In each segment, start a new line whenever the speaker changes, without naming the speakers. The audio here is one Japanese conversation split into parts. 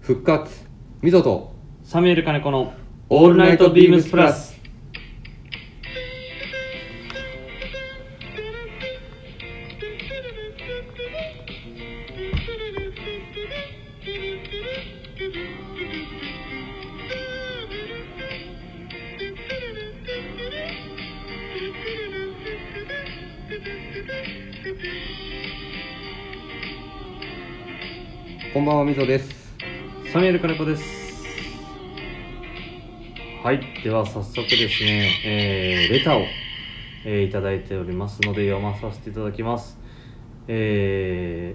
復活みぞと
サミュエル金子のオールナイトビームスプラス。
こんばんはみぞです
サミュエル金子です。はい、では早速ですね、えーレターを、えーいただいておりますので読まさせていただきます。え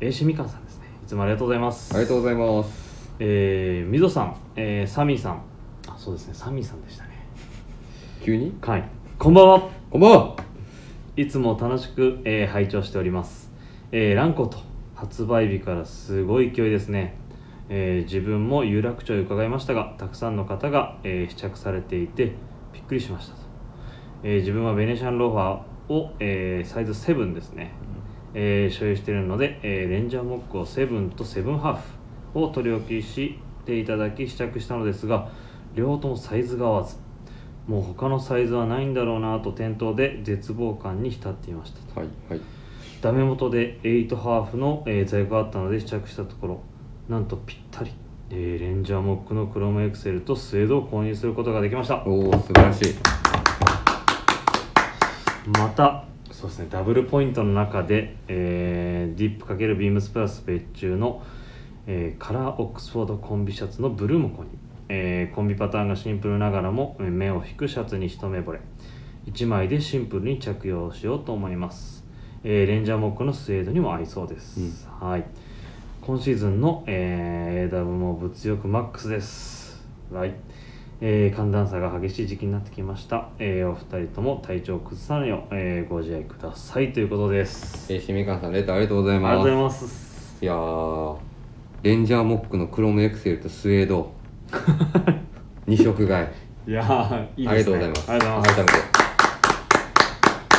ー、A シみかんさんですね。いつもありがとうございます。
ありがとうございます
えー、みぞさん、えー、サミーさん。あ、そうですね、サミーさんでしたね。
急に
はい、こんばんは。
こんばんはい
つも楽しく、えー拝聴しております。えー、ランコと発売日からすごい勢いですね。えー自分も有楽町へ伺いましたが、たくさんの方が、えー試着されていてびっくりしましたと。えー自分はベネシアンローファーを、えーサイズ7ですね、えー所有しているので、えーレンジャーモックを7と7ハーフを取り置きしていただき試着したのですが両方ともサイズが合わずもう他のサイズはないんだろうなと店頭で絶望感に浸っていましたと
はいはい
ダメ元で8ハーフの、えー在庫があったので試着したところなんとぴったり、えーレンジャーモックのクロムエクセルとスエードを購入することができました
おお素晴らしい
またそうですねダブルポイントの中で、えーディップ×ビームスプラス別注の、えーカラーオックスフォードコンビシャツのブルーも購入、えーコンビパターンがシンプルながらもえー目を引くシャツに一目惚れ1枚でシンプルに着用しようと思います、えーレンジャーモックのスウェードにも合いそうです、はい今シーズンの、えー、AW も物欲マックスですはいえー寒暖差が激しい時期になってきました、えーお二人とも体調を崩さないよう、えーご自愛くださいということです
えー、しみかんさんレターありがとうござい
ありがとう
ま
ご
す
ざ
い
います
やーレンジャーモックのクロムエクセルとスウェー ド二色買い
いやーいい
ありが
です
とうござ
ね
います
ありがとうございま
改めて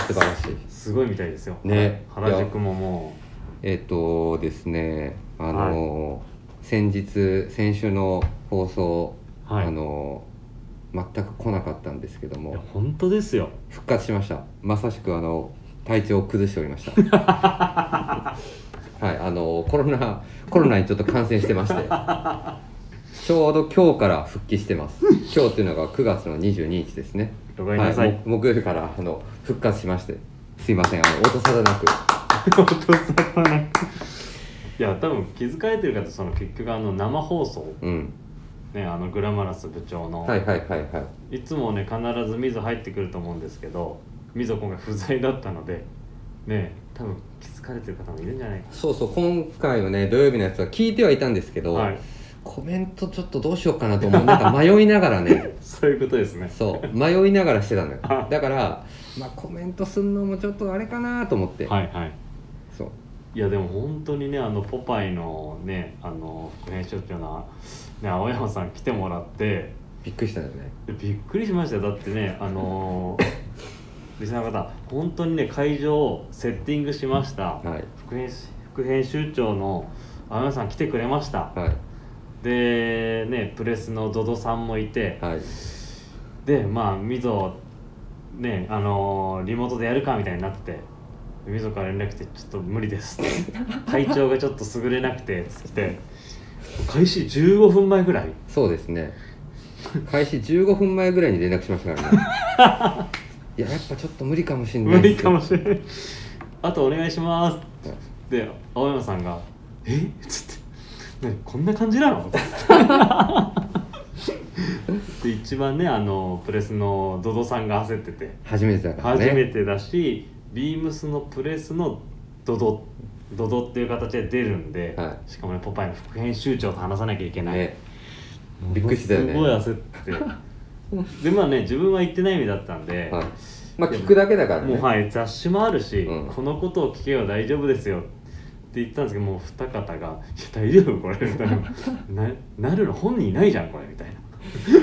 素晴らしい
すすごいみたいですよ
ね
原宿もも
えっ、とですねあのー先日先週の放送、
うはい
あのー全く来なかったんですけど
いや
も
本当ですよ
復活しましたまさしくあの体調を崩しており ましたはいあのーコロナコロナにちょっと感染してましてちょうど今日から復帰してます今日っていうのが9月の22日ですね
ごめんなさい、
はい、も木曜日からあの復活しましてすいませんあの音沙汰なく
お父さんはなんかいや多分気づかれてる方その結局あの生放送
うん
ねあのグラマラス部長の、
はいはいはいはい
いつもね必ず水入ってくると思うんですけど水今回不在だったのでね多分気づかれてる方もいるんじゃないか
そうそう今回のね土曜日のやつは聞いてはいたんですけ
な
ど、
はい
コメントちょっとどうしようかなと思うなんか迷いながらね
そういうことですね
そう迷いながらしてたのよ
はい
だから、まあ、コメントするのもちょっとあれかなと思って、
はいはい
そう
いやでも本当にねあのポパイのねあの副編集長の、ね、青山さん来てもらって
びっくりしたんだよね
でびっくりしましたよだってねあのーリスナーの方本当にね会場をセッティングしました
はい
副編副編集長の青山さん来てくれました
はい
でねプレスのドドさんもいて
はい
でまあみぞねあのーリモートでやるかみたいになっててみぞから連絡来て「ちょっと無理です」って「体調がちょっと優れなくて」つって開始15分前ぐらい
そうですね開始15分前ぐらいに連絡しましたからね いややっぱちょっと無理かもしんな
無
い
理かも
し
しれない「あとお願いします」で青山さんが「えっ?」つって「ねこんな感じなの?」で一番ねあのプレスのドドさんが焦ってて
初めてだから
初
ね
めてだし、ビームスのプレスのドドドドっていう形で出るんで、
は
しかもね「ポパイ」の副編集長と話さなきゃいけない、
ねびっくりしたよね
すごい 焦っててでまあね自分は行ってない意味だったんで、
はいまあ聞くだけだからね
もうはい雑誌もあるし、
うん
このことを聞けば大丈夫ですよって言ったんですけどもう二方が「いや大丈夫これ」みたい なななるの本人いないじゃんこれ」みたいな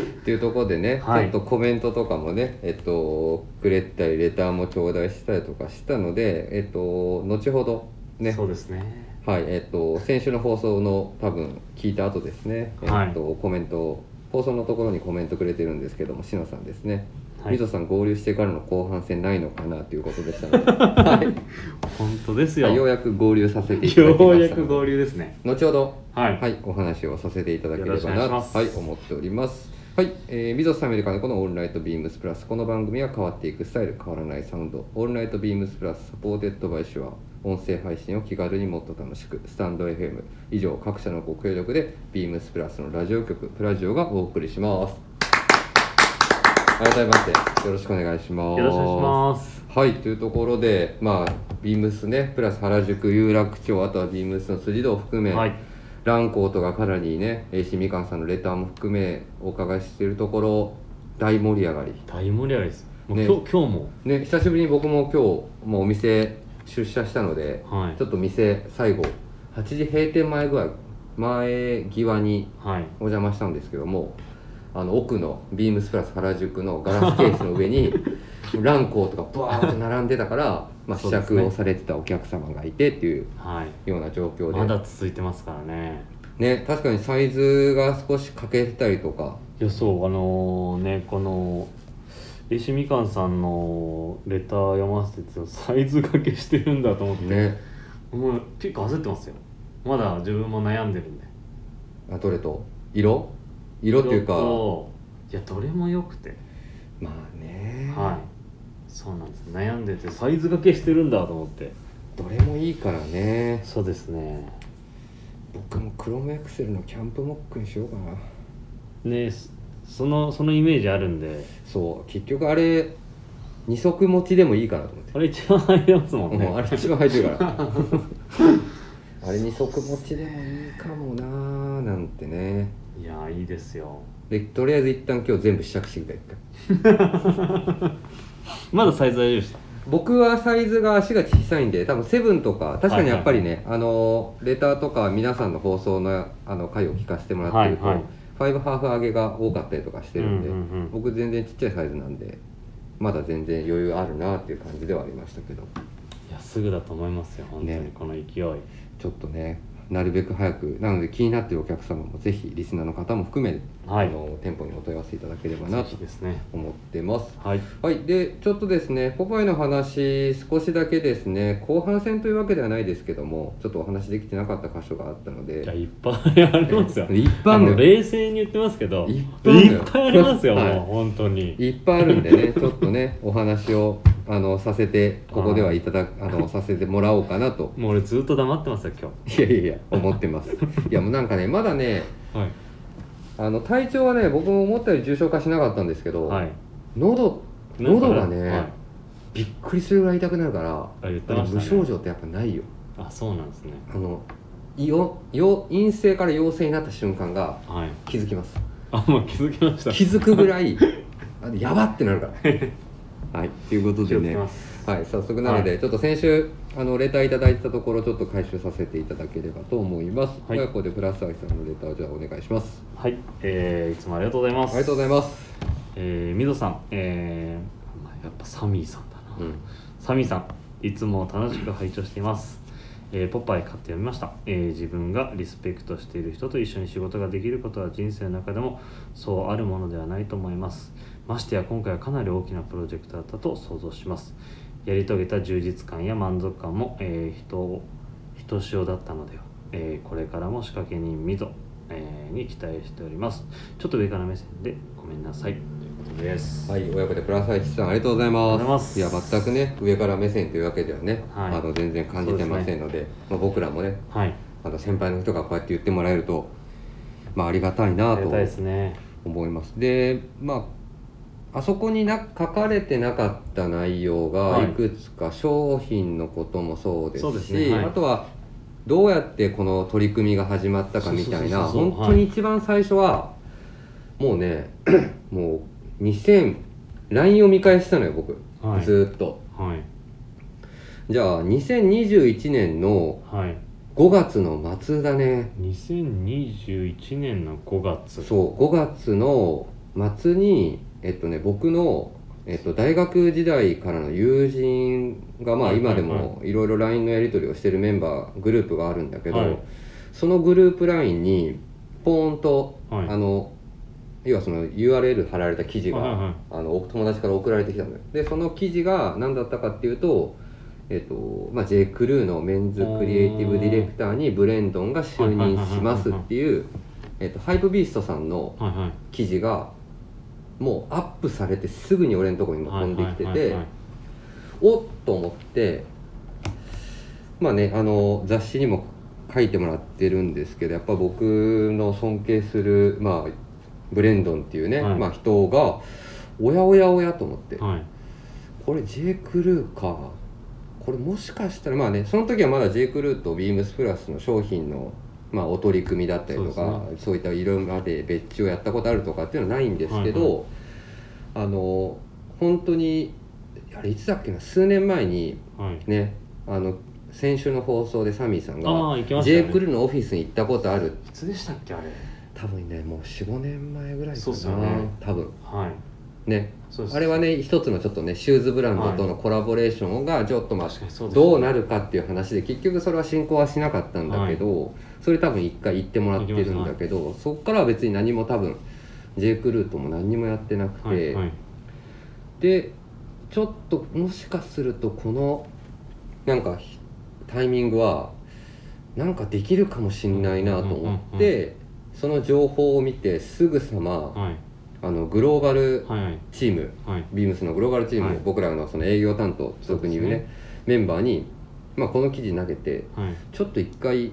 っていうところでね、
はい
ちょっとコメントとかもね、えっと、くれたりレターも頂戴したりとかしたので、えっと、後ほどね
そうですね
はい、えっ、と、先週の放送の多分聞いた後ですね、えっ、
はい
と、コメントを、放送のところにコメントくれてるんですけども、しのさんですね。
はい
みぞさん合流してからの後半戦ないのかなということでしたので、 はい
本当ですよ。
よう
よ
やく合流させていただきましたの
う
で。
やく合流ですね。
後ほど、
はい。
はい、お話をさせていただければ
よろ
な
しくお願いしま
と、
す
はい、思っております。はい、えー、ミゾスアメリカのこのオールナイトビームスプラス、この番組は変わっていくスタイル、変わらないサウンド、オールナイトビームスプラス、サポーテッドバイシュア、音声配信を気軽にもっと楽しく、スタンド FM、以上、各社のご協力で、ビームスプラスのラジオ局、プラジオがお送りします。改めまして、よろしくお願いします。
よろしくお願いします。
はいというところで、まあ、ビームスね、プラス原宿、有楽町、あとはビームスの辻堂を含め、
はい
ランコーとかカラにね、AC みかんさんのレターも含め、お伺いしているところ、大盛り上がり、
大盛り上がりです。もう
ね
今日今日も。
ね、久しぶりに僕も今日もうお店出社したので、
はい
ちょっと店、最後、8時閉店前ぐらい、前際に
はい。
お邪魔したんですけどもあの奥のビームスプラス原宿のガラスケースの上 にランコーとかバーッと並んでたから、まあ、
そ
試
うですね
着をされてたお客様がいてっていう
はい。
ような状況で、
まだ続いてますからね。
ね、確かにサイズが少し欠けてたりとか
いやそうあのーねこの石みかんさんのレター読ませててサイズ掛けしてるんだと思って、
ね
もうピック焦ってますよまだ自分も悩んでるんで
あどれと色色っていうか
といやどれも良くて
まあね、
はいそうなんです悩んでてサイズ掛けしてるんだと思って
どれもいいからね
そうですね
僕もクロムエクセルのキャンプモックにしようかな
ねそそのそのイメージあるんで
そう結局あれ二足持ちでもいいかなと思って
あれ一番入りますもんね、
もうあれ一番入ってるから あれ二足持ちでもいいかもなーなんてね
いやいいですよ
でとりあえず一旦今日全部試着してきた一回
まだサイズ大丈夫です
僕はサイズが足が小さいんで多分セブンとか確かにやっぱりね、あのレターとか皆さんの放送のあの回を聞かせてもらってると、
はいはい
ファイブハーフ上げが多かったりとかしてるんで、
うんうんうん
僕全然ちっちゃいサイズなんでまだ全然余裕あるなっていう感じではありましたけど
いやすぐだと思いますよ本当に
ね
この勢い、
ちょっとねなるべく早くなので気になってるお客様もぜひリスナーの方も含め、
はい
あの店舗にお問い合わせいただければな
ぜ
と
ひですね
思ってます
はい
はいでちょっとですねポパイの話少しだけですね後半戦というわけではないですけどもちょっとお話できてなかった箇所があったの
いや
で
いっぱいありますよ
いっぱいある
あ
の
の
よ
冷静に言ってますけど
いっぱいあるのよ
いっぱいありますよ、
はい
もう本当に
いっぱいあるんでね ちょっとねお話をあのさせてここではいただあのさせてもらおうかなと
もう俺ずっと黙ってますよ今
いやいやいや思ってますいやもうなんかねまだね
日はい
あの体調はね僕も思ったより重症化しなかったんですけど、
はい
喉
なんか
喉がね、
はい
びっくりするぐらい痛くなるから
あ言ってましたね
無症状ってやっぱないよ
あそうなんですね
あのよよ陰性から陽性になった瞬間が
はい
気づきます
あもう気づきました
気づくぐら いあのやばってなるからはいということ
気
で
をつけ
ね
ます
はい早速なので、
は
ちょっと先週あのレターいただいたところちょっと回収させていただければと思います
はい
親子、でプラスアイさんのレターをじゃあお願いします
はい、えー、いつもありがとうございま
あ
す
りがとうございます
えー、みどさんえー、まあやっぱサミーさんだな、
うん
サミーさんいつも楽しく拝聴しています、えーポパイ買って読みました、えー自分がリスペクトしている人と一緒に仕事ができることは人生の中でもそうあるものではないと思いますましてや今回はかなり大きなプロジェクトだったと想像しますやり遂げた充実感や満足感も、えー人をひとしおだったのでは、えーこれからも仕掛け人みぞ、えーに期待しておりますちょっと上から目線でごめんなさいということです
はい、親子でプラス愛知さんありがとうございます。
ありがとうございます
や、全くね、上から目線というわけではね、
はい
あの全然感じてませんので、まあ、僕らもね、
はい
あの先輩の人がこうやって言ってもらえると、まあ、ありがたいな
ありが
と
たいですね
思います。で、まあ、あそこにな書かれてなかった内容
は
が、
い
いくつか商品のこともそうですし、
そうですねはい
あとは、どうやってこの取り組みが始まったかみたいな、
そうそうそうそう
本当に一番最初は、もうね、 もう2000、LINE を見返したのよ、僕。
はい
ずーっと。
はい
じゃあ、2021年の
はい
5月の末だね。
2021年の5月
そう、5月の末に、えっとね、僕のえっと、大学時代からの友人が、まあ、
はい
今
はいはい
でもいろいろ LINE のやり取りをしてるメンバーグループがあるんだけど、
はい
そのグループ LINE にポーンと、
はい
あの要はその URL 貼られた記事が、
はいはい
あのお友達から送られてきたのよでその記事が何だったかっていうと、えっとまあ、J. クルーのメンズクリエイティブディレクターにブレンドンが就任しますっていう、えっと、ハイプビーストさんの
はいはい
記事がもうアップされてすぐに俺のところにも飛んできて
はいはい
て
はい
おっと思ってまあねあの雑誌にも書いてもらってるんですけどやっぱ僕の尊敬する、まあ、ブレンドンっていうね、
はい
まあ、人がおやおやおやと思って、
はいはい
これ J. クルーかこれもしかしたらまあねその時はまだ J. クルーとビームスプラスの商品の、まあ、お取り組みだったりとか
そう
そう,、いった色まで別注をやったことあるとかっていうのはないんですけど、あの本当にあれいつだっけな数年前に
はい
ねあの先週の放送でサミーさん
あ
が
あ行きましたよ
J.
ね
クルーのオフィスに行ったことある
いつでしたっけあれ
多分ねもう45年前ぐらいか
そうっすよ
な、
ね
多分
はい
ね
そうです
あれはね一つのちょっとねシューズブランドとのコラボレーションがちょっとまあ
確かにそうですね
どうなるかっていう話で結局それは進行はしなかったんだけど、それ多分一回言ってもらってるんだけど、そっからは別に何も多分 J. クルーとも何にもやってなくて、
はいはい
でちょっともしかするとこのなんかひタイミングはなんかできるかもしんないなと思って、その情報を見てすぐさま
はい
あのグローバル
はいはい
チーム、
はい
ビームスのグローバルチームを、
はい
僕らのその営業担当特に言う
そう
ね
です
メンバーに、まあ、この記事投げて
はい
ちょっと一回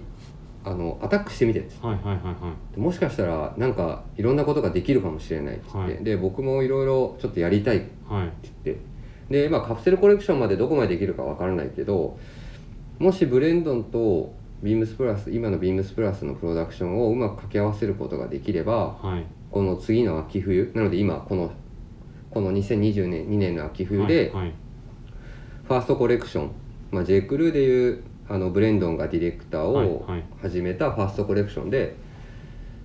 あのアタックしてみてっつって
はいはいはいはい
もしかしたらなんかいろんなことができるかもしれないっつって、
はい
で僕もいろいろちょっとやりたいって
はい
言ってで、まあ、カプセルコレクションまでどこまでできるかわからないけどもしブレンドンとビームスプラス今のビームスプラスのプロダクションをうまく掛け合わせることができれば
はい
この次の秋冬なので今このこの2020年2年の秋冬で
はい
ファーストコレクション、まあ、J. クルーでいうあのブレンドンがディレクターを
はいはい
始めたファーストコレクションで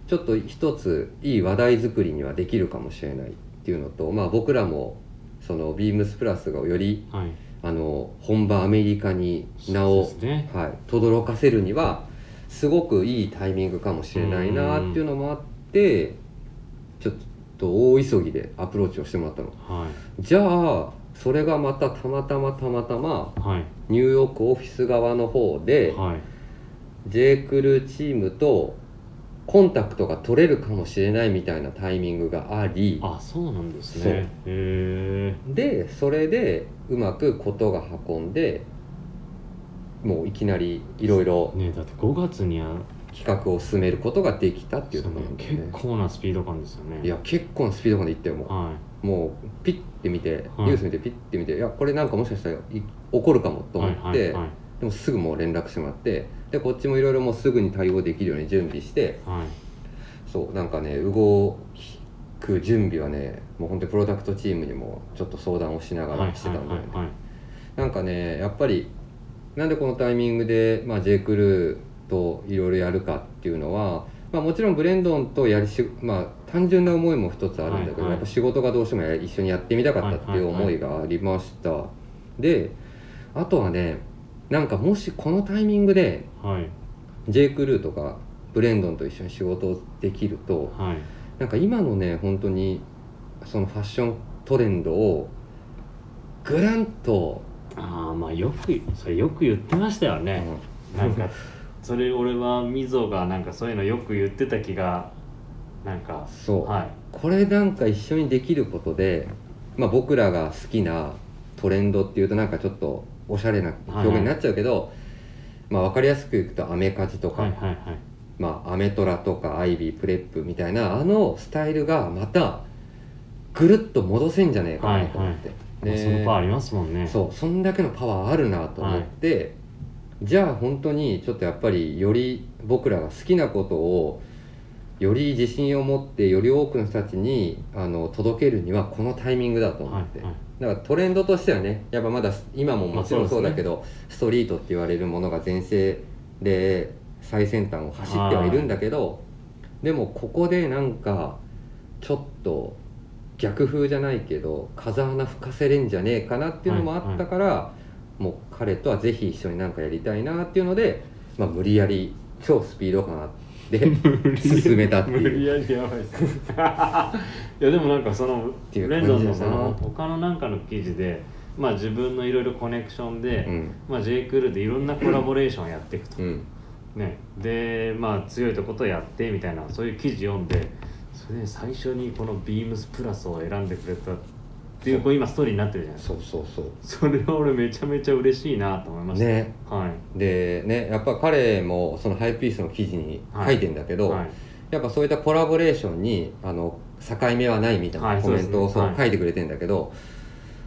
ちょっと一ついい話題作りにはできるかもしれないっていうのと、まあ、僕らもそのビームスプラスがより
はい
あの本場アメリカに名を
そうですね
はい、轟かせるにはすごくいいタイミングかもしれないなっていうのもあってちょっと大急ぎでアプローチをしてもらったの
は
じゃあそれがまたたまたまたまたま
いはい
ニューヨークオフィス側の方で
はい
J. クルーチームとコンタクトが取れるかもしれないみたいなタイミングがあり
あそうなんです
そう
ねへ
でそれでうまくことが運んでもういきなりいろいろ
えねえだって5月には
企画を進めることができたっていう
そ
ところ
の
なんだよ
結
ね
構なスピード感ですよね
いや結構なスピードまでいったよも
は
うもうピッて見て
はい
ニュース見てピッて見て、い、やこれなんかもしかしたらい起こるかも
い
と思って、
はいはいはい
でもすぐもう連絡してもらってでこっちもいろいろもうすぐに対応できるように準備して
はい
そうなんかね動く準備はねもう本当にプロダクトチームにもちょっと相談をしなが
はい
らしてたんだよね、
はい
なんかねやっぱりなんでこのタイミングで、まあ、J. クルーといろいろやるかっていうのは、まあ、もちろんブレンドンとやりし、まあ、単純な思いも一つあるんだけど、
はいはい
やっぱ仕事がどうしてもや一緒にやってみたかったっていう思いがありました、であとはねなんかもしこのタイミングで
はい
J. クルーとかブレンドンと一緒に仕事をできると
はい
なんか今のね本当にそのファッショントレンドをぐらんと、
ああまあよくそれよく言ってましたよ
う
ね、
ん
なんかそれ俺はみぞがなんかそういうのよく言ってた気がなんか
そう、
はい
これなんか一緒にできることで、まあ、僕らが好きなトレンドっていうとなんかちょっとおしゃれな表現になっちゃうけど、まあ、分かりやすくいくとアメカジとか、
はいはいはい
まあ、アメトラとかアイビープレップみたいなあのスタイルがまたぐるっと戻せんじゃねえかなと思って、
まあそのパワーありますもんね
そうそんだけのパワーあるなと思って、じゃあ本当にちょっとやっぱりより僕らが好きなことをより自信を持ってより多くの人たちにあの届けるにはこのタイミングだと思
は
って、
いはい
だからトレンドとしてはねやっぱまだ今ももちろ
まあ
ん
そ
そうう
ですね
だけど、ストリートって言われるものが全盛で最先端を走ってはいるんだけどでもここでなんかちょっと逆風じゃないけど風穴吹かせれんじゃねえかなっていうのもあったから、もう彼とはぜひ一緒になんかやりたいなっていうので、まあ、無理やり超スピード感あ って進めたって
無理
いう。
やりやばいっすねいやでもなんかその
ていう
ブ
感
レ
じ
ンドンのそ
だな
の他のなんかの記事でまあ自分のいろいろコネクションで、
うん
まあ、J. クールでいろんなコラボレーションやっていくと、
うん
ね、でまあ強いとことやってみたいなそういう記事読んでそれで最初にこのビームスプラスを選んでくれたっていう
そう
こう今ストーリーになってるじゃないですか
そうそうそう
それは俺めちゃめちゃ嬉しいなと思いました
ね
は
でねやっぱ彼もそのハイピースの記事に書いてんだけ
い
ど、
はい
やっぱそういったコラボレーションにあの境目はないみたい
は
ないコメントを
そうですね
そう
はい
書いてくれてんだけど、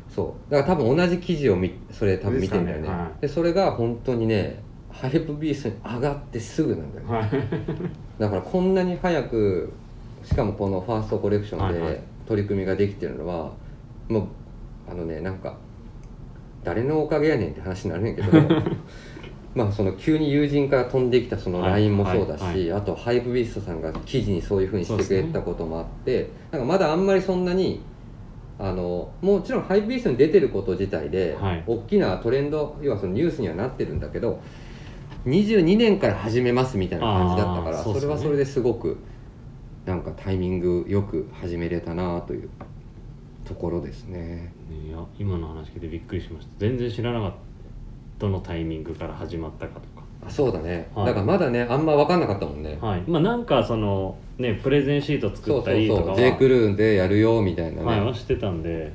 そうだから多分同じ記事をみそれ多分見てんだよ
で
ねで
すかねはい
それが本当にねハイプビーストに上がってすぐなんだよ、ね、
はい
だからこんなに早くしかもこのファーストコレクション
はいはい
で取り組みができてるのは、もうあのねなんか誰のおかげやねんって話になるんやけど まあその急に友人から飛んできたその
はい
LINE もそうだし、
はいはい
あとハイブビーストさんが記事にそういうふうにしてくれたこともあって、なんかまだあんまりそんなにあのもちろんハイブビーストに出てること自体で、
はい
大きなトレンド要はそのニュースにはなってるんだけど22年から始めますみたいな感じだったから
あー
そ,、
そうっ
れ
すよね
はそれですごくなんかタイミングよく始めれたなというところですね。
いや今の話聞いてびっくりしました全然知らなかったどのタイミングから始まったかとか
あそうだね、
はい
だからまだねあんま分かんなかったもんね。
はいまあなんかそのねプレゼンシート
そ
作
う
った
そう
りとか
そ
は
う J. クルーンでやるよみたいなね、
はいはしてたんで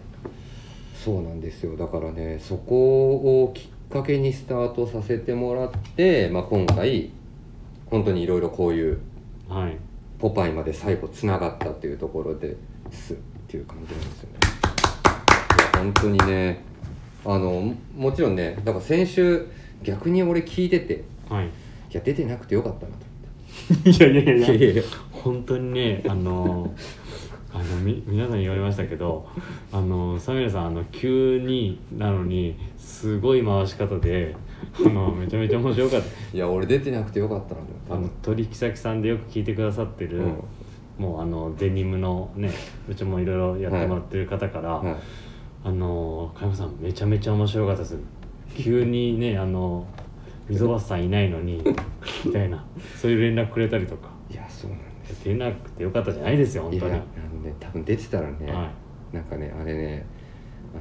そうなんですよだからねそこをきっかけにスタートさせてもらって、まあ、今回本当にいろいろこういう
はい
ポパイまで最後つながったっていうところですっていう感じなんですよね。いや本当にねあのももちろんねだから先週逆に俺聞いてて
はい
いや出てなくてよかったなと
いやいや
思
いや
って。いやいや
本当にねあのあのみ皆さんに言われましたけどあのサミュエルさんあの急になのにすごい回し方であのめちゃめちゃ面白かっ
いや俺出てなくてよかったなと
たあ
思
の
って。
取引先さんでよく聞いてくださってる、
うん
もうあのデニムのねうちもいろいろやってもらってる方から、
はい
あの加山さんめちゃめちゃ面白かったです急にねあの溝端さんいないのにみたいなそういう連絡くれたりとか
いやそうなんです
出なくてよかったじゃないですよ本
いや
当
あ
に。
のね多分出てたらね、
はい
なんかねあれね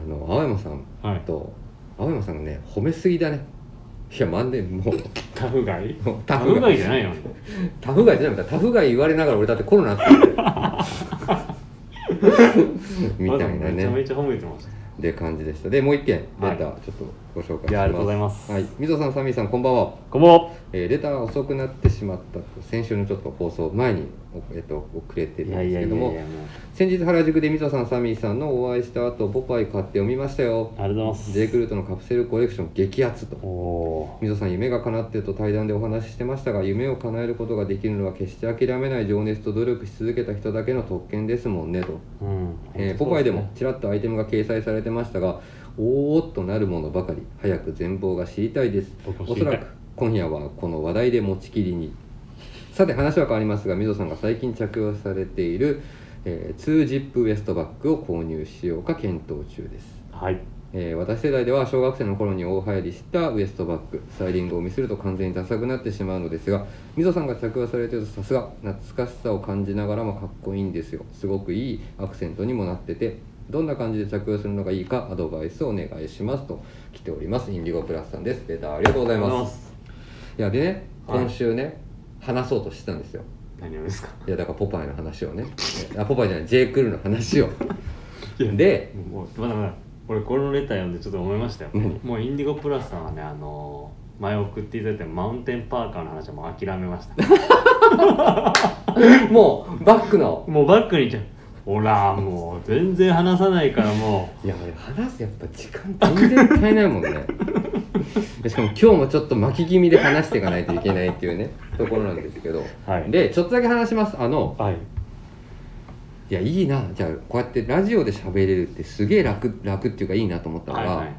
あの青山さん
はい、
と青山さんがね褒めすぎだねいやまんでもう
タフガイ
もう
タ
タ
フ
フ
ガ
ガ
イ
イ
じゃないの
タフガイじゃなくてタフガイ言われながら俺だってコロナって 言ってるみたいな
めちゃめ
ね
ちゃ褒めてました
で感じでしたでもう一件レター、ちょっとご紹介します
いやありがとうございます
はい、みぞさんサミーさんこんばんは、
こんばんは
えーレターが遅くなってしまったと先週のちょっと放送前に、えっと遅れてるんですけども
もう
先日原宿でみぞさんサミーさんのお会いした後ポパイ買って読みましたよ
ありがとうございます
ジェイクルートのカプセルコレクション激アツと
おお
みぞさん夢が叶ってると対談でお話ししてましたが夢を叶えることができるのは決して諦めない情熱と努力し続けた人だけの特権ですもんねと、
ーうん
えーポパイでもちらっとアイテムが掲載されてましたがおーっとなるものばかり早く全貌が知りたいです
僕も
お
知
そ
り
ら
たい
く今夜はこの話題で持ちきりにさて話は変わりますがみぞさんが最近着用されている、えー、ツージップウエストバッグを購入しようか検討中です
はい
えー私世代では小学生の頃に大流行りしたウエストバッグスタイリングをミスると完全にダサくなってしまうのですがみぞさんが着用されているとさすが懐かしさを感じながらもかっこいいんですよすごくいいアクセントにもなっててどんな感じで着用するのがいいかアドバイスをお願いしますと来ておりますインディゴプラスさんですレターありがとうござい
ありがとうご
ま
ざい
すいやでね
はい
今週ね、話そうとしてたんですよ
何をですか
いやだからポパイの話をねあポパイじゃない J. クールの話を で
もうまだまだ俺このレター読んでちょっと思いましたよ
何
もうインディゴプラスさんはねあのー前送っていただいたマウンテンパーカーの話はもう諦めました
もうバッグの
もうバックにじゃんほらもう全然話さないからも
いや俺話すやっぱ時間全然足りないもんねしかも今日もちょっと巻き気味で話していかないといけないっていうねところなんですけど
うはい
でちょっとだけ話しますあの
はい
いやいいなじゃあこうやってラジオで喋れるってすげえ楽楽っていうかいいなと思ったの
は
が、
いはい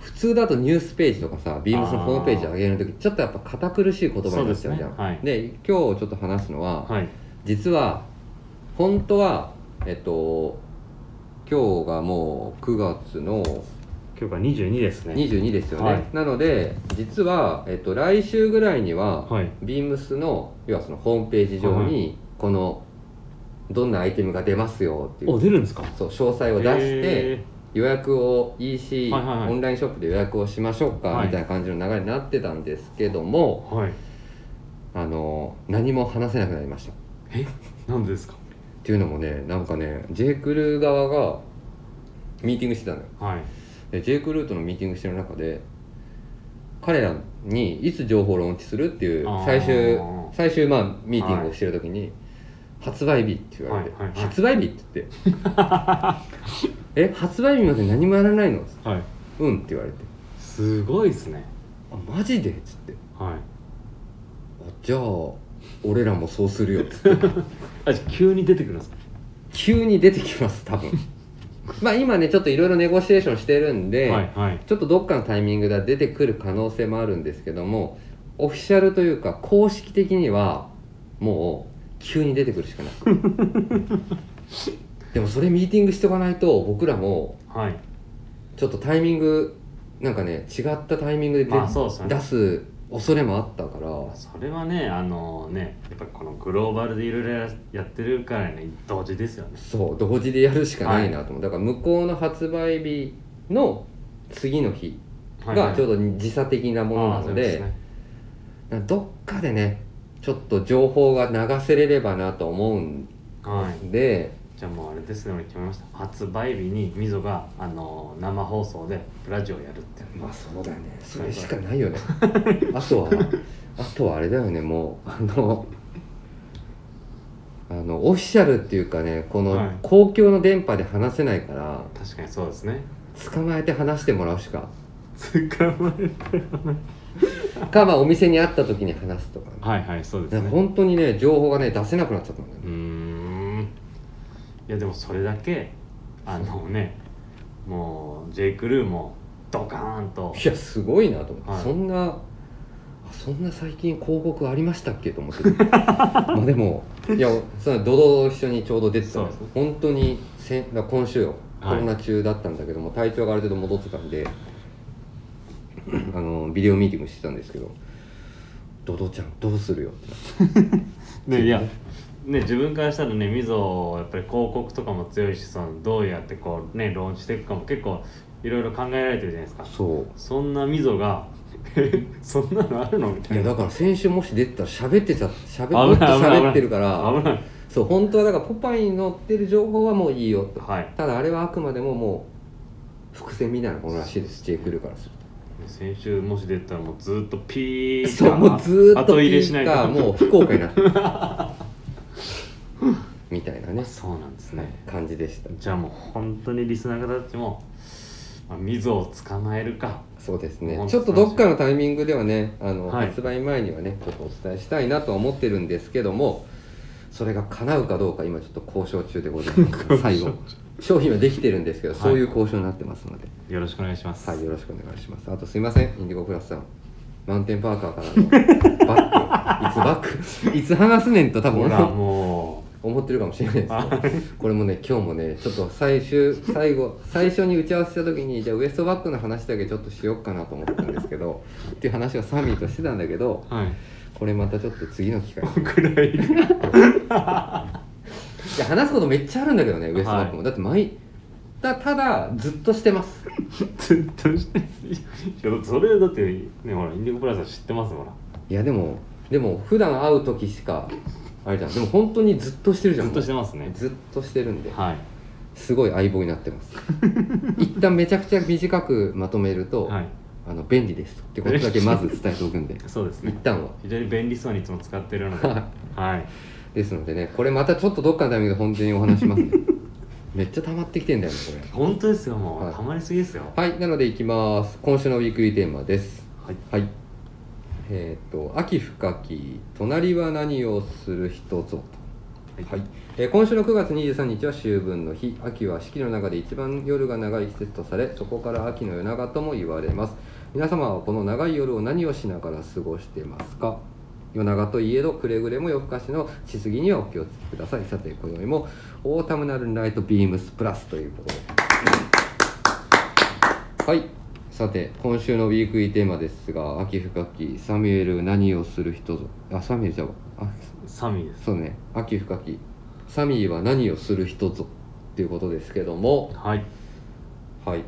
普通だとニュースページとかさビームスのホームページ上げる時ちょっとやっぱ堅苦しい言葉になっちゃうじゃん
そうですねはい
で今日ちょっと話すのは、
はい
実は本当はえっと今日がもう9月の
今日が22ですね
22ですよね、
はい
なので実は、えっと、来週ぐらいには、
はい
ビームスの要はそのホームページ上
はいは
にこのどんなアイテムが出ますよっていう
お出るんですか
そう詳細を出して
へ
予約を EC
はいはいはい
オンラインショップで予約をしましょうか
はい
みたいな感じの流れになってたんですけども
ーはい
あの何も話せなくなりましたっ
なんでですか
ていうのもねなんかね J. クルー側がミーティングしてたのよ
はい
で J. クルーとのミーティングしてる中で彼らにいつ情報をローンチするっていう
あー
最終最終まあミーティングをしてる時に、発売日って言われて、
はいはいはい
発売日って言って 「え発売日まで何もやらないの?」
はい
うん」って言われて
すごいですね
「あマジで?」っつって「
はい
あじゃあ俺らもそうするよ」っつって
あじゃあ急に出てくるんですか
急に出てきます多分まあ今ねちょっといろいろネゴシエーションしてるんで、
はいはい
ちょっとどっかのタイミングでは出てくる可能性もあるんですけどもオフィシャルというか公式的にはもう急に出てくるしか なくでもそれミーティングしておかないと僕らも
はい
ちょっとタイミングなんかね違ったタイミングで出,、
まあそうですよね
出す恐れもあったから
それはねあのねやっぱこのグローバルでいろいろやってるからね同時ですよね
そう同時でやるしかないなと思う、だから向こうの発売日の次の日がちょう
ど
ど時差的なものなので、
ね、
なんかどっかでねちょっと情報が流せれればなと思うん
はい
で
じゃあもうあれですね俺決めました発売日にみぞがあの生放送でラジオやるっていう
まあそうだねそれしかないよねあとはあとはあれだよねもうあのあのオフィシャルっていうかねこ
は
の
い
公共の電波で話せないから、
確かにそうですね
捕まえて話してもらうしか
捕まえて
かまあお店に会った時に話すとか,、
はいはいそうですね
本当にね情報がね出せなくなっちゃったんだよ
う
ね
ーんいやでもそれだけあのねもう J. クルーもドカーンと
いやすごいなと思って、
はい
そんなあそんな最近広告ありましたっけと思 ってまあでもいやそのドドド一緒にちょうど出てたんです
そう
本当にせんだから今週よコ
はい
ロナ中だったんだけども、体調がある程度戻ってたんであのビデオミーティングしてたんですけど「ドドちゃんどうするよ」ってなって
ねいやね自分からしたらねみぞやっぱり広告とかも強いしそのどうやってこうねローンチしていくかも結構いろいろ考えられてるじゃないですか
そう
そんなみぞが えそんなのあるのみた
い
い
や
な
だから先週もし出てたら喋ってちゃ喋
危ない
もっと
危ない
喋ってるから
危ない
そう本当はだからポパイに載ってる情報はもういいよと
はい
ただあれはあくまでももう伏線みたいなものらしいです J. クルーからする
先週もし出たらもうずっとピー
と
ッ
そうもうずーっと
後入れしない
ピーが
と
もう福岡になってる みたいなね
そうなんですね
感じでした
じゃあもう本当にリスナーの方たちも、まあ、みぞを捕まえるか
そうですね
もう
ちょっとどっかのタイミングではねあの、
はい
発売前にはねちょっとお伝えしたいなとは思ってるんですけどもそれが叶うかどうか今ちょっと交渉中でござい ます最後商品はできてるんですけど、
はい
そういう交渉になってますので
よろしくお願いします、
はい、よろしくお願いします。あとすいません、インディゴプラスさん。マウンテンパーカーからのバック、いつバック、いつ話すねんと多分
ほ
俺
ら
は
も
思ってるかもしれないですけど、これもね、今日もね、ちょっと最終、最後、最初に打ち合わせした時に、じゃあウエストバックの話だけちょっとしよっかなと思ったんですけど、っていう話をサミーとしてたんだけど、
うはい
これまたちょっと次の機会に。
僕らいる
いや、話すことめっちゃあるんだけどね、ウエストバックも。だって毎、たただ、ずっとしてます。
ずっとしていやだってそれだってねほらインディゴプラザ知ってますほら
いやでもでも普段会う時しかあれじゃんでも本当にずっとしてるじゃん
ずっとして
も
ます
う
ね
ずっとしてるんで
はい
すごい相棒になってます一旦めちゃくちゃ短くまとめると、
はい
あの便利ですってことだけまず伝えておくんで
そうです
一
ね
旦は
非常に便利そうにいつも使ってるので
は
はい
ですのでねこれまたちょっとどっかのタイミングで本当にお話し ますねめっちゃ溜まってきてんだよね
本当ですよもう、
はい
たまりすぎですよ
これはいなのでいきます今週のウィークリーテーマです
はい
はい。えっ、と、秋深き、隣は何をする人ぞと。
は
はいい、えー今週の9月23日は秋分の日秋は四季の中で一番夜が長い季節とされそこから秋の夜長とも言われます皆様はこの長い夜を何をしながら過ごしてますか、え夜長といえどくれぐれも夜更かしのしすぎにはお気をつけくださいさて今宵もオータムナルライトビームスプラスということではいさて今週のウィークイーテーマですが秋深きサミュエル何をする人ぞあサミュエルじゃんあ
サミーです
そうね秋深きサミーは何をする人ぞっていうことですけども
はいこ
はい
れ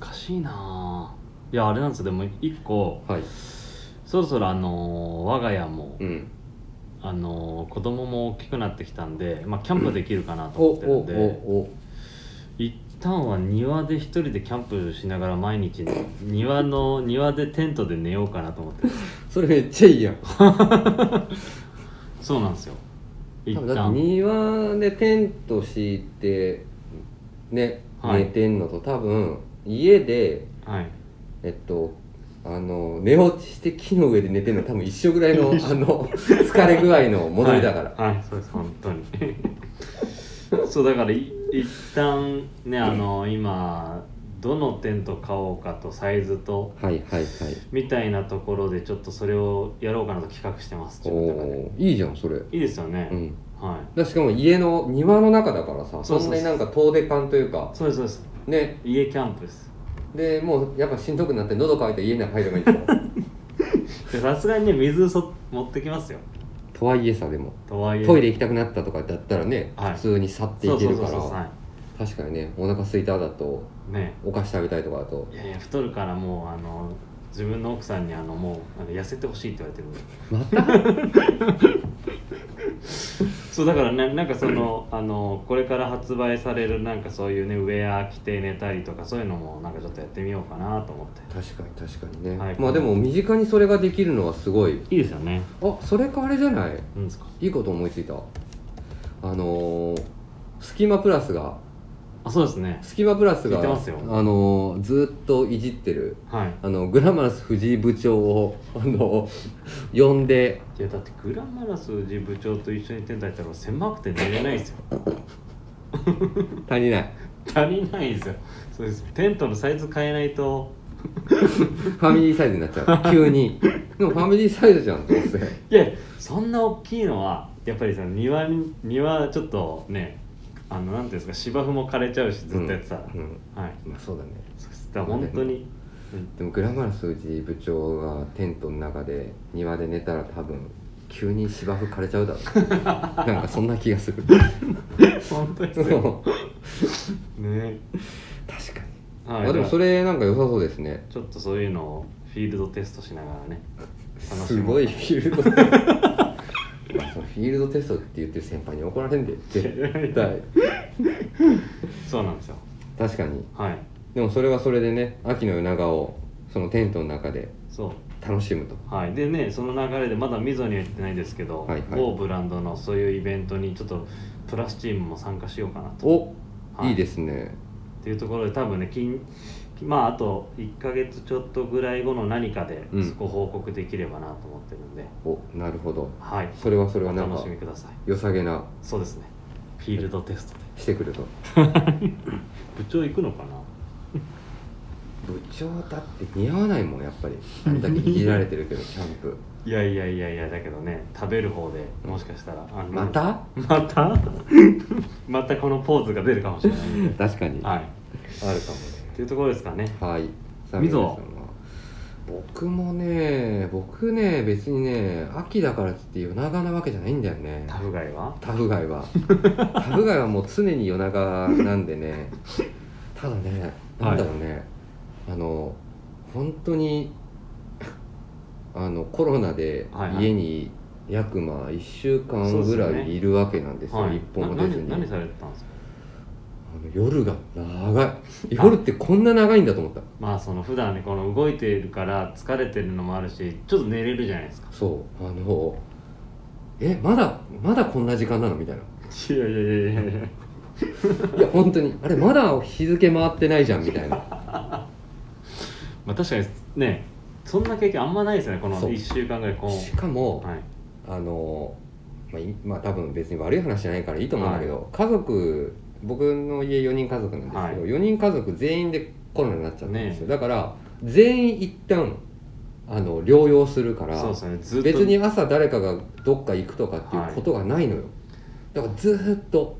難しいなぁいやあれなんですよでも一個
はい
そろそろあのー我が家も、
うん
あのー子供も大きくなってきたんで、まあ、キャンプできるかなと
お
思ってる
お
んで、
お
一旦は庭で一人でキャンプしながら毎日ね庭の庭でテントで寝ようかなと思ってる
おそれめっちゃいいやん
そうなんですよ一
多分だって
旦
庭でテント敷いてね、
はい
寝てんのと多分家で
はい
えっとあの寝落ちして木の上で寝てんの多 分一緒ぐらいのあの疲れ具合の戻りだから、
はい、はいそうです本当に そうだからい一旦ねあの今どのテント買おうかとサイズと
はい、はいはい
みたいなところでちょっとそれをやろうかなと企画してます
お
自分の中で
おーいいじゃんそれ
いいですよね、
うん
は
だしかも家の庭の中だからさ
そうそうそう
そんなになんか遠出感というか
いそうですそうです
ね
家キャンプです
でもうやっぱしんどくなって喉乾いたら家の中入ればいいんだよ
でさすがにね水そ持ってきますよ
とはいえさでも
とはいえ
トイレ行きたくなったとかだったらね、
はい
普通に去って
そ
いうけ
そう
る
そ
か
うそう
ら
は
確かにねお腹空いただと
いね
お菓子食べたいとかだと
いやいや太るからもうあの自分の奥さんにあのもうあの痩せてほしいって言われてるんで
また
そうだからねなんかそ のあのこれから発売されるなんかそういうねウェア着て寝たりとかそういうのもなんかちょっとやってみようかなと思って
確かに確かにね、
はい
まあでも身近にそれができるのはすごい
いいですよね
あそれかあれじゃない
うんですか
いいこと思いついたあのースキマプラスが
あそうですね
スキマプラスが
聞いてますよ
あのーずっといじってる
はい
あのグラマラス藤井部長をあの呼んで
いやだってグラマラスジ部長と一緒にテント入ったら狭くて寝れないですよ
足りない
足りないですよそうですテントのサイズ変えないと
ファミリーサイズになっち ゃう急にでもファミリーサイズじゃんどうせ
いやそんな大きいのはやっぱりさ庭に庭ちょっとねあのなんていうんですか芝生も枯れちゃうしずっとやってたら、
うんうん
はい
まあそうだね
そしたら本当に、うん
でもグラマラス藤井部長がテントの中で庭で寝たら多分急に芝生枯れちゃうだろう なんかそんな気がする
本当 ですよ
そう
ね
確かに
はい、
あでもそれなんか良さそうですね
ちょっとそういうのをフィールドテストしながらね楽しみ
すごいフィールドテスト まあそのフィールドテストって言ってる先輩に怒られん で絶対
そうなんですよ
確かに
はい
でもそれはそれでね秋の夜長をそのテントの中で
そう
楽しむと
はい、でねその流れでまだ溝には行ってないですけど、
はいはい
某ブランドのそういうイベントにちょっとプラスチームも参加しようかなと
お、
はい
い、いですね
っていうところで多分ね近まああと1ヶ月ちょっとぐらい後の何かで
うん
そこ報告できればなと思ってるんで、
おなるほど
はい
それはそれ
お
はなん
楽
か
しみください
良さげな
そうですねフィールドテストで
してくると
部長行くのかな
部長だって似合わないもんやっぱりあれだけいじられてるけどキャン プ
いやいやいやいやだけどね食べる方でもしかしたら、あの
また
また またこのポーズが出るかもしれな いんで
確かに、
はい
あるか
っていうところですかね
もねはいさあ皆さ
み
ん
ぞ
は僕もね僕ね別にね秋だからっつって夜長なわけじゃないんだよね
タフガイは
タフガイ はタフガイはもう常に夜中なんでねただねなんだろうね、あの本当にあのコロナで
はいはい
家に約まあ1週
そう
間
です
ぐ
よ
ら
ね
いいるわけなんですよ、
はい
一本も出ずに
な
あの
何何されてたんですか
夜が長い夜ってこんな長いんだと思った
まあその普段ねこの動いているから疲れてるのもあるしちょっと寝れるじゃないですか
そうあのえまだまだこんな時間なのみたいない
やいやいやいやいや
いや本当にあれまだ日付回ってないじゃんみたいな
まあ確かにねそんな経験あんまないですよねこの
そう
1週間ぐらいこ
し
う
かも、
はい
あのまあいい、まあ多分別に悪い話じゃないからいいと思うんだけど、家族僕の家4人家族なんですけど、
はい
4人家族全員でコロナになっちゃったんですよ、
ね
だから全員一旦あの療養するから
そうですねずっと
別に朝誰かがどっか行くとかっていうことがないのよ、だからずっと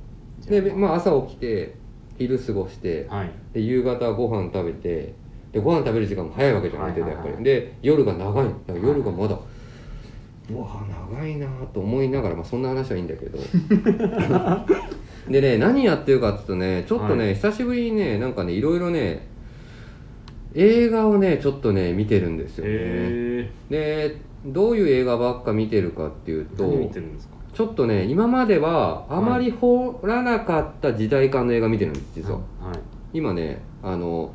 で、まあ、朝起きて昼過ごして、
はい
で夕方ご飯食べてでご飯食べる時間も早いわけじゃない
はい
で、
はいはい
やっぱりで夜が長いだから夜がまだ、うわあ長いなあと思いながら、まあ、そんな話はいいんだけ どでね何やってるかっていうとねちょっとね、
は
久しぶりにねなんかねいろいろね映画をねちょっとね見てるんですよね、
え
でどういう映画ばっか見てるかっていう
ー、何見
と
てるんですか
ちょっとね今まではあまり掘らなかった時代感の映画見てるんです実は、
はい
今ねあの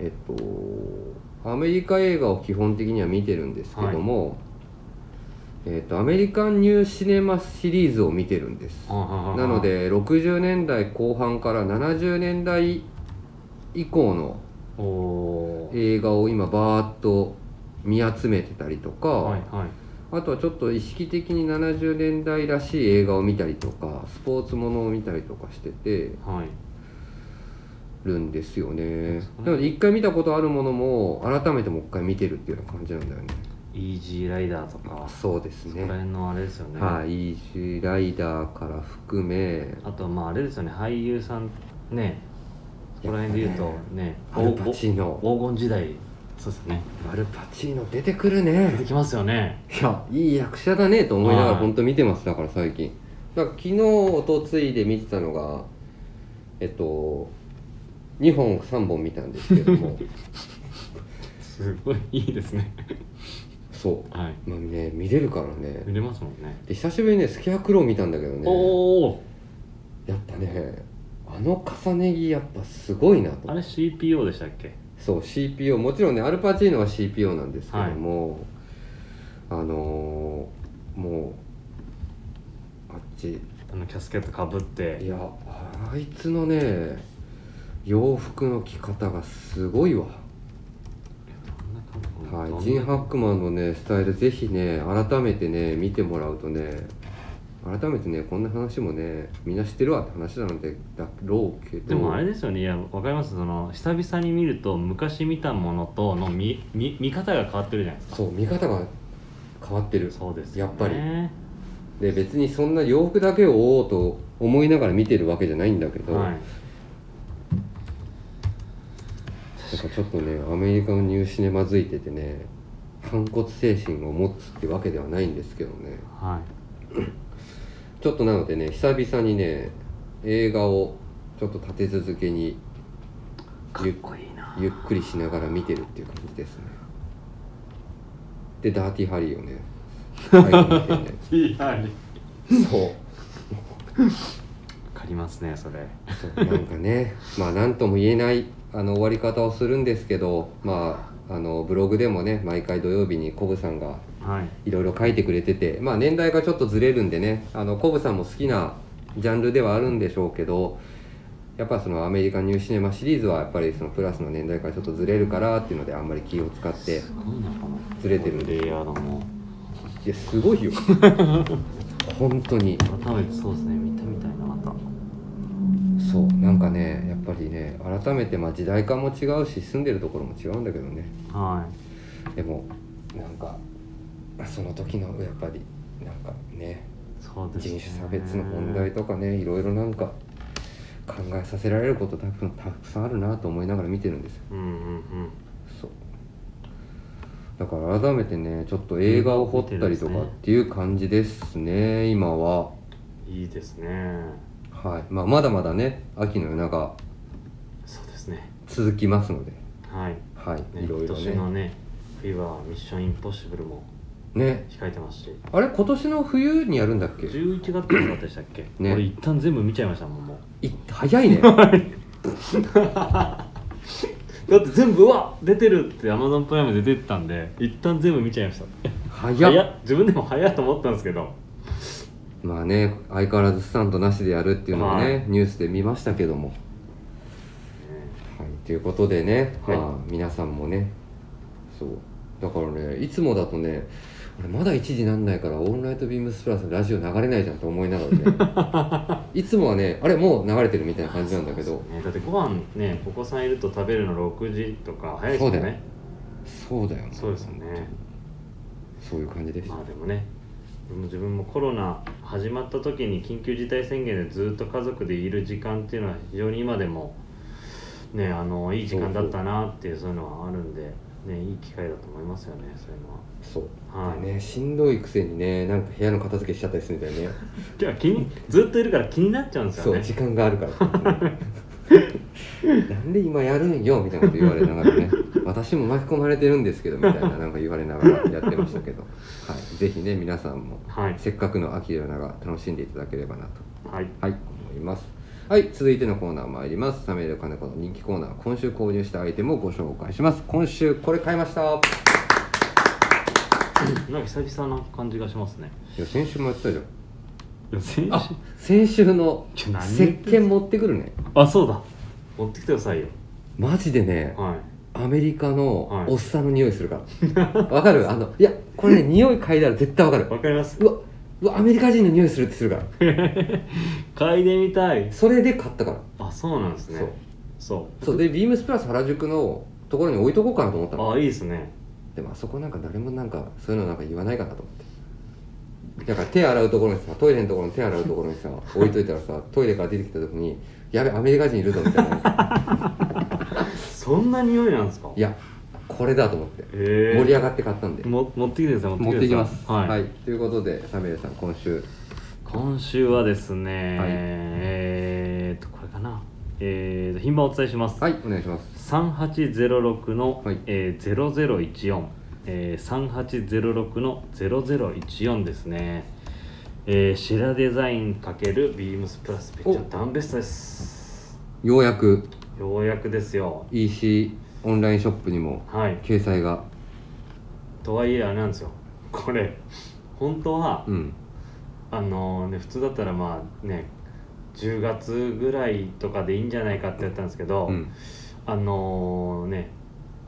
えっとアメリカ映画を基本的には見てるんですけども、えっとアメリカンニューシネマシリーズを見てるんですな
な
ので60年代後半から70年代以降の
おおー
映画を今バーッと見集めてたりとか、
はいはい
あとはちょっと意識的に70年代らしい映画を見たりとかスポーツものを見たりとかしてて
はい
るんですよね
そうですね
なので一回見たことあるものも改めてもう一回見てるっていうような感じなんだよね
イージーライダーとか
そうです
そこら
ね
辺のあれですよね、
はいイージーライダーから含め
あとまああれですよね俳優さんねここら辺で言うとね
アルパチーノ
黄金時代そうですね
アルパチーノ出てくる
出て
ね
きますよね
いやいい役者だねと思いながら
はい
本当見てますだから最近だから昨日おとついで見てたのがえっと2本3本見たんですけど も
すごいいいですね
そう
はい
まあね、見れるからね
見れますもんね
で久しぶりにねスケアクロー見たんだけどね
おお
やっぱねあの重ね着やっぱすごいなと
あれ CPO でしたっけ
そう CPO もちろんねアルパチーノは CPO なんですけども、あのーもうあっち
あのキャスケットかぶっ
い
て
やあいつのね洋服の着方がすごいわ、はい、ジン・ハックマンのねスタイルぜひね改めてね見てもらうとね改めてねこんな話もねみんな知ってるわって話なのでだろうけど
でもあれですよねいやわかりますその久々に見ると昔見たものとの見見見方が変わってるじゃないですか
そう見方が変わってる
そうです、
やっぱりで別にそんな洋服だけを追おうと思いながら見てるわけじゃないんだけど、
はい
なんかちょっとねアメリカのニューシネマづいててね反骨精神を持つってわけではないんですけどね
は
ちょっとなのでね久々にね映画をちょっと立て続けに
いかっこいいな
ゆっくりしながら見てるっていう感じですねでダーティーハリーを ね最後に見てね
いいはい
そう
わかりますねそれ
そうなんかねまあ何とも言えないあの終わり方をするんですけどまああのブログでもね毎回土曜日にコブさんが
はい
いろいろ書いてくれててまあ年代がちょっとずれるんでねあのコブさんも好きなジャンルではあるんでしょうけどやっぱそのアメリカンニューシネマシリーズはやっぱりそのプラスの年代からちょっとずれるからっていうのであんまり気を使って
すごいなこの
ずれてるんで
レイヤードも
いやすごいよ本当に
改めてそうですね見てみたいなまた
そうなんかねやっぱりね改めてまあ時代感も違うし住んでるところも違うんだけどね
は
でもなんかその時のやっぱりなんかね
いそうです
人
ね
種差別の問題とかねいろいろなんか考えさせられること多分たくさんあるなと思いながら見てるんですよ
うんうんうん
そうだから改めてねちょっと映画を掘ったりとかっていう感じですね今はい
いですね
はい、まあ、まだまだね秋の夜長
そうですね
続きますので
はい
はい
ね
いろいろ
今年の
ね
ね冬はミッションインポッシブルも
ね
控えてますし
あれ今年の冬にやるんだっけ
11月とかだったでしたっけ、
ね
俺一旦全部見ちゃいましたもんもう
い早 いね
だって全部うわ出てるってアマゾンプライムで出てたんで一旦全部見ちゃいました
早っ
っ自分でも早いと思ったんですけど
まあね相変わらずスタンドなしでやるっていうのをね、
はい
ニュースで見ましたけども、はい、ということでね、
はい
まあ皆さんもねそうだからねいつもだとね俺まだ1時なんないから「オールナイトビームスプラス」のラジオ流れないじゃんと思いながら ねいつもはねあれもう流れてるみたいな感じなんだけど
ね、だってご飯ねお子さんいると食べるの6時とか早いですよ
そうだよ
ね
そうだよね
そうですよね
そういう感じでした、
まあでもねでも自分もコロナ始まった時に緊急事態宣言でずっと家族でいる時間っていうのは非常に今でもねあのいい時間だったなっていうそういうのはあるんで、ね、いい機会だと思いますよねそういうのは。
そう、
はい
でねしんどいくせにねなんか部屋の片付けしちゃったりするんだよね
じゃあ気にずっといるから気になっちゃうんです
そ
よ
う
ね。
時間があるから なんで今やるんよみたいなこと言われながらね私も巻き込まれてるんですけどみたい ななんか言われながらやってましたけど、はい、ぜひね皆さんも
はい
せっかくの秋の長楽しんでいただければなと
はい
はい思いますはい続いてのコーナー参りますサメルカネコの人気コーナー今週購入したアイテムをご紹介します今週これ買いました
なんか久々な感じがしますね。
いや先週もやってたじゃん
いや先週
あ先週の
ちょ
石
何言ってんすか
鹸持ってくるね
あそうだ持ってきてくださいよ。
マジでね
はい。
アメリカ
はい
のおっさんの匂いするから、わかるあのいやこ れね匂い嗅いだら絶対わかる
わかります
うわうわアメリカ人の匂いするってするから
嗅いでみたい。
それで買ったから
あそうなんですね。そう。
そうでビームスプラス原宿のところに置いとこうかなと思ったの
あいいですね。
でもあそこなんか誰もなんかそういうのなんか言わないかなと思ってだから手洗うところにさトイレのところに手洗うところにさ置いといたら さトイレから出てきた時にやべアメリカ人いるぞみたいな
そんな匂いなんですか。
いやこれだと思って
ええ
盛り上がって買ったんで
も持ってきてください
持って
き
いきます
は、
はいい、ということでサミュエルさん今週
今週はですね、
はい
えー、っとこれかなえー、っと品番お伝えします、
はいお願いします
3806の、
はい
えー、0014えー、3806の0014ですね、えー、シェラデザイン×ビームスプラスペッチャ
お
ーダンベストです
ようやく
ようやくですよ
EC オンラインショップにも
はい
掲載が
とはいえあれなんですよこれ本当は、
うん
あのね普通だったらまあね10月ぐらいとかでいいんじゃないかってやったんですけど、
うん
あのね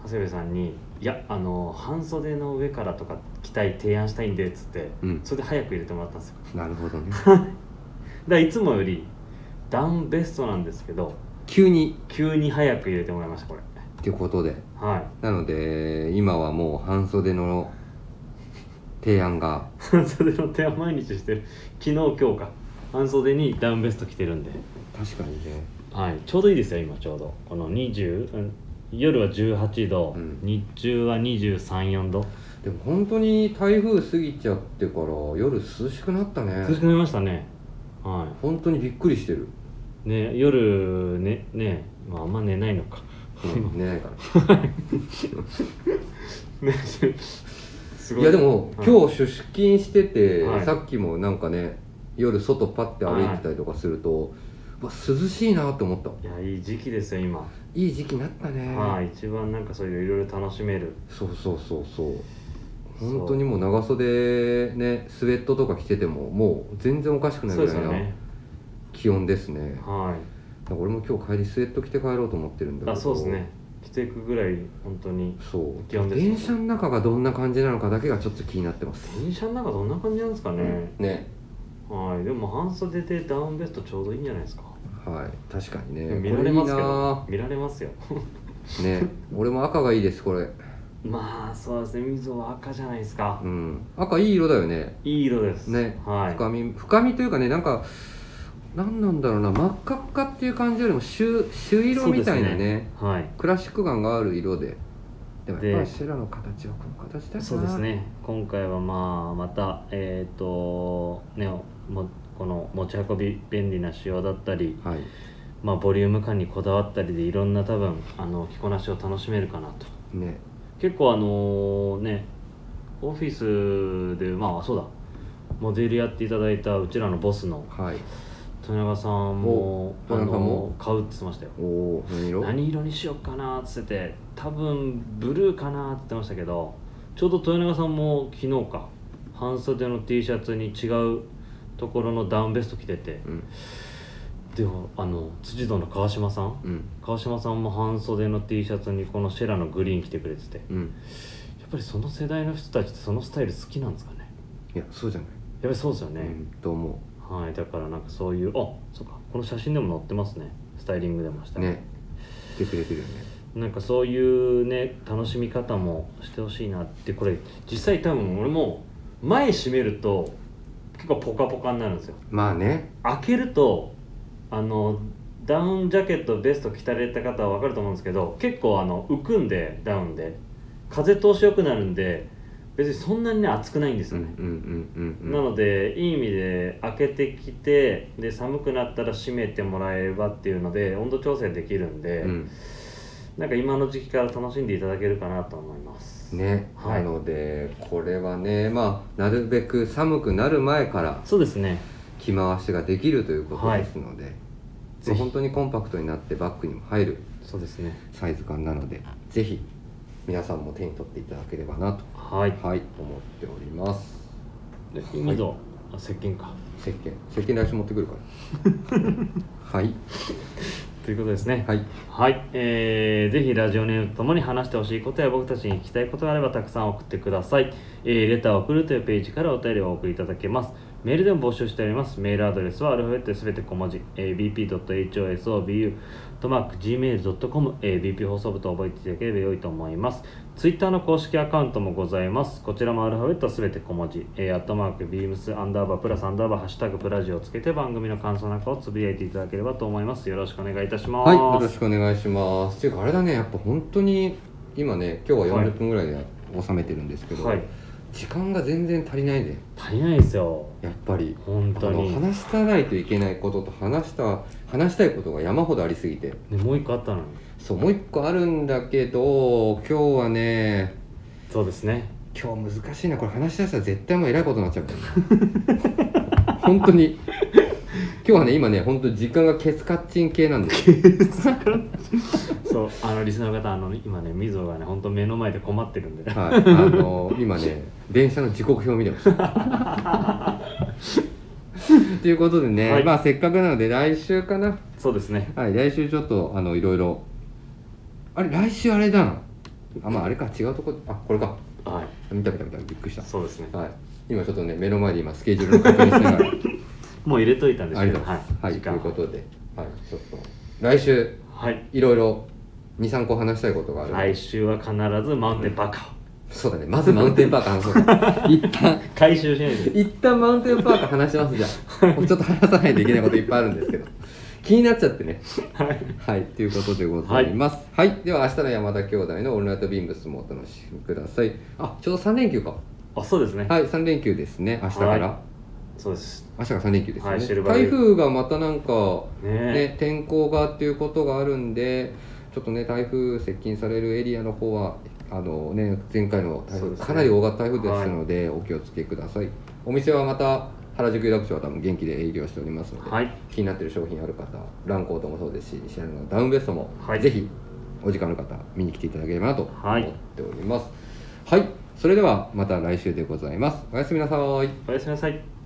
長谷部さんに「いやあの半袖の上からとか着たい提案したいんで」っつって、
うん
それで早く入れてもらったんですよ
なるほどね
だからいつもよりダウンベストなんですけど
急に
急に早く入れてもらいましたこれ
ってことで
はい
なので今はもう半袖の提案が
半袖の提案毎日してる昨日今日か半袖にダウンベスト着てるんで
確かにね
はい、ちょうどいいですよ今ちょうどこの20うん夜は18度、
うん
日中は234度
でも本当に台風過ぎちゃってから夜涼しくなったね
涼しくなりましたねは
本当にびっくりしてる、
いね夜ねね、まあ、あんま寝ないのか
うん、寝ないから
ねす
いやでも、
はい
今日出勤してて、
はい
さっきもなんかね夜外パッて歩いてたりとかすると、うわ涼しいなと思った
いやいい時期ですよ今、
いい時期になったね、
はい一番なんかそういういろいろ楽しめる
そうそうそうそう
そう
本当にもう長袖ねスウェットとか着ててももう全然おかしくない
そう
ぐ
です
らい
よ
な
ね
気温ですね
は
だから俺も今日帰りスウェット着て帰ろうと思ってるんだけど
いあそうですね着ていくぐらい本当に
そう
気温ですね
電車の中がどんな感じなのかだけがちょっと気になってます
電車の中どんな感じなんですかね、
ね
はいでも半袖でダウンベストちょうどいいんじゃないですか
はい確かにね
見られますけど
こ
見られますよ
れいいなね俺も赤がいいですこれ
まあそうですね溝は赤じゃないですか、
うん赤いい色だよね
いい色です
ね
はい
深み深みというかねなんか何なんだろうな真っ赤っかっていう感じよりも朱朱色みたいな
そうです
ね
はい
クラシック感がある色ででも
で
やっぱりシェラの形はこの形だよな
そうですね今回はまあまたえっ、とねもこの持ち運び便利な仕様だったり、
はい
まあ、ボリューム感にこだわったりでいろんな多分あの着こなしを楽しめるかなと
ね
結構あのねオフィスでまあそうだモデルやっていただいたうちらのボスの
はい
豊永さんも
お豊永さんも
あの買うって言ってましたよ
おお何色
何色にしようかなっつってて多分ブルーかなって言ってましたけどちょうど豊永さんも昨日か半袖の T シャツに違うところのダウンベスト着てて
うん
でもあの辻堂の川島さん
うん
川島さんも半袖の T シャツにこのシェラのグリーン着てくれててや
うん
っぱりその世代の人たちってそのスタイル好きなんですかね
いやそうじゃない
やっぱりそうですよね、
うんと思
はいだからなんかそういうあそうかこの写真でも載ってますねスタイリングでもし
う
た
ね来てくれてるよね
なんかそういうね楽しみ方もしてほしいなってこれ実際多分俺も前閉めると結構ポカポカになるんですよ
まあね
開けるとあのダウンジャケットベスト着たれた方は分かると思うんですけど結構あの浮くんでダウンで風通しよくなるんで別にそんなにね暑くないんです
うん
よ
うん
ね、
うんうんうん
なのでいい意味で開けてきてで寒くなったら閉めてもらえればっていうので温度調整できるんで、
うん
なんか今の時期から楽しんでいただけるかなと思います、
ね、
はい
なのでこれはねまあなるべく寒くなる前から
そうですね
着回しができるということですので、
ぜひ
本当にコンパクトになってバッグにも入る
そうですね
サイズ感なのでぜひ皆さんも手に取っていただければなと
はい
はい思っております
で水を、あ石鹸か
石鹸石鹸来週持ってくるから はい
ということですね
はい
はい、えーぜひラジオネームとともに話してほしいことや僕たちに聞きたいことがあればたくさん送ってください、えーレターを送るというページからお便りをお送りいただけますメールでも募集しておりますメールアドレスはアルファベットですべて小文字、えー bp.hosobu とマーク gmail.com、えー bp 放送部と覚えていただければ良いと思いますツイッターの公式アカウントもございますこちらもアルファベットすべて小文字、えー、アットマークビームスアンダーバープラスアンダーバーハッシュタグプラジオをつけて番組の感想なんかをつぶやいていただければと思いますよろしくお願いいたします
はい、よろしくお願いします。っていうかあれだね、やっぱ本当に今ね、今日は
はい
40分ぐらいで収めてるんですけど、
はい、
時間が全然足りないね。
足りないですよ
やっぱり
本
あ
当
の
に、ね、
話したないといけないことと話した話したいことが山ほどありすぎて、
もう一個あったのに
そうもう一個あるんだけど、今日はね、
そうですね
今日難しいなこれ話し出したら絶対もうえらいことになっちゃう から。本当に。今日はね今ね本当時間がケツカッチン系なん ですよ。
そうあのリスナーの方あの今ねみぞがね本当目の前で困ってるんで
はい、あの今ね電車の時刻表を見てました ということでね、
はい
まあせっかくなので来週かな
そうですね
はい来週ちょっとあのいろいろあれ来週あれだなあまああれか違うとこあこれか
はい
見た見た見たびっくりし
そうですね
たはい今ちょっとね目の前で今スケジュールの確認しながら
もう入れといたんです
あ
け
り
ど
がとうございますはい、
時
と
間
いうことではいちょっと来週
はい
いろいろ23個話したいことがある、
来週は必ずマウンテンバカを
そうだねまずマウンテンパーク 話そうか一旦
回収しないで
一旦マウンテンパーク話しますじゃんもうちょっと話さないといけないこといっぱいあるんですけど気になっちゃってねはいということでございますはい、では明日の山田兄弟の「オールナイトビームス」もお楽しみくださいあちょうど3連休か
あそうですね、
はい3連休ですね明日から、
はそうです
明日が3連休ですよ
はい
ね、
シルバーウィ
台
ーク
風がまたなんか
ねえ
ね天候がっていうことがあるんでちょっとね台風接近されるエリアの方はあのね前回の台
そ
風、
うですね
かなり大型台風でしたので、お気をつけくださいお店はまた原宿有楽町は多分元気で営業しておりますので、
はい
気になってる商品ある方ランコートもそうですしシャルのダウンベストも、
はい
ぜひお時間の方見に来ていただければなと思
はい
っておりますはい、それではまた来週でございますおやすみなさい
おやすみなさい